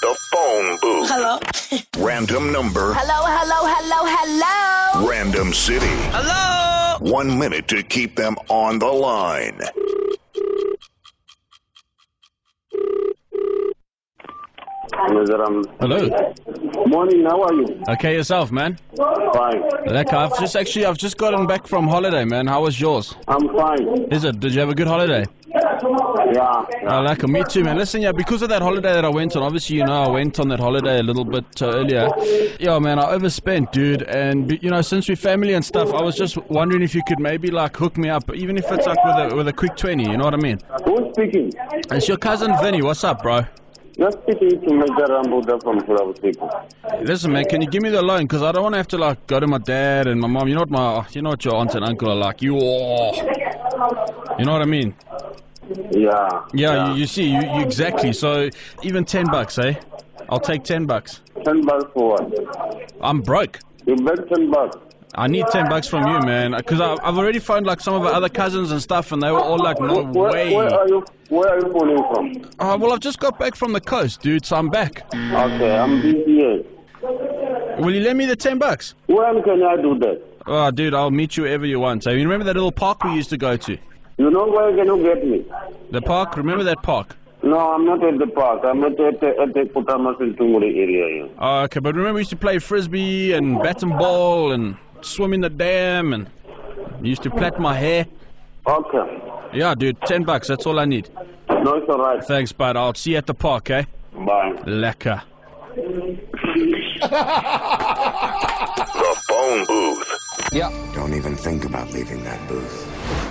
phone booth. Hello. Random number. Hello, hello, hello, hello. Random city. Hello. One minute to keep them on the line. Mizaram. Hello. Morning, how are you? Okay, yourself, man. Fine. Lekker. I've just actually I've just gotten back from holiday, man. How was yours? I'm fine. Is it? Did you have a good holiday? Yeah. Uh, lekker. Me too, man. Listen, yeah, because of that holiday that I went on, obviously you know I went on that holiday a little bit uh, earlier. Yeah, man, I overspent, dude. And you know, since we're family and stuff, I was just wondering if you could maybe like hook me up, even if it's like with a with a quick twenty. You know what I mean? Who's speaking? It's your cousin Vinny. What's up, bro? You're speaking to Major Rambuda from Sulawesi. Listen, man, can you give me the loan? Because I don't want to have to like go to my dad and my mom. You know what my, oh, you know what your aunt and uncle are like. You, you know what I mean? Yeah. Yeah, You, you see, you, you exactly. So even ten bucks, eh? I'll take ten bucks. Ten bucks for what? I'm broke. You bet ten bucks. I need ten bucks from you, man, because I've already phoned like some of our other cousins and stuff, and they were all like, "No Where, way." where are you? Where are you calling from? Uh, well, I've just got back from the coast, dude, so I'm back. Okay, I'm busy. here. Will you lend me the ten bucks? When can I do that? Oh, dude, I'll meet you wherever you want. So you remember that little park we used to go to? You know where can you get me? The park. Remember that park? No, I'm not at the park. I'm at at the, at the Kutamas in Tumuri area. Here. Oh, okay, but remember we used to play frisbee and bat and ball and swim in the dam and used to plait my hair. Okay. Yeah, dude, ten bucks. That's all I need. No, it's all right. Thanks, bud. I'll see you at the park, eh? Bye. Lekker. The phone booth. Don't even think about leaving that booth.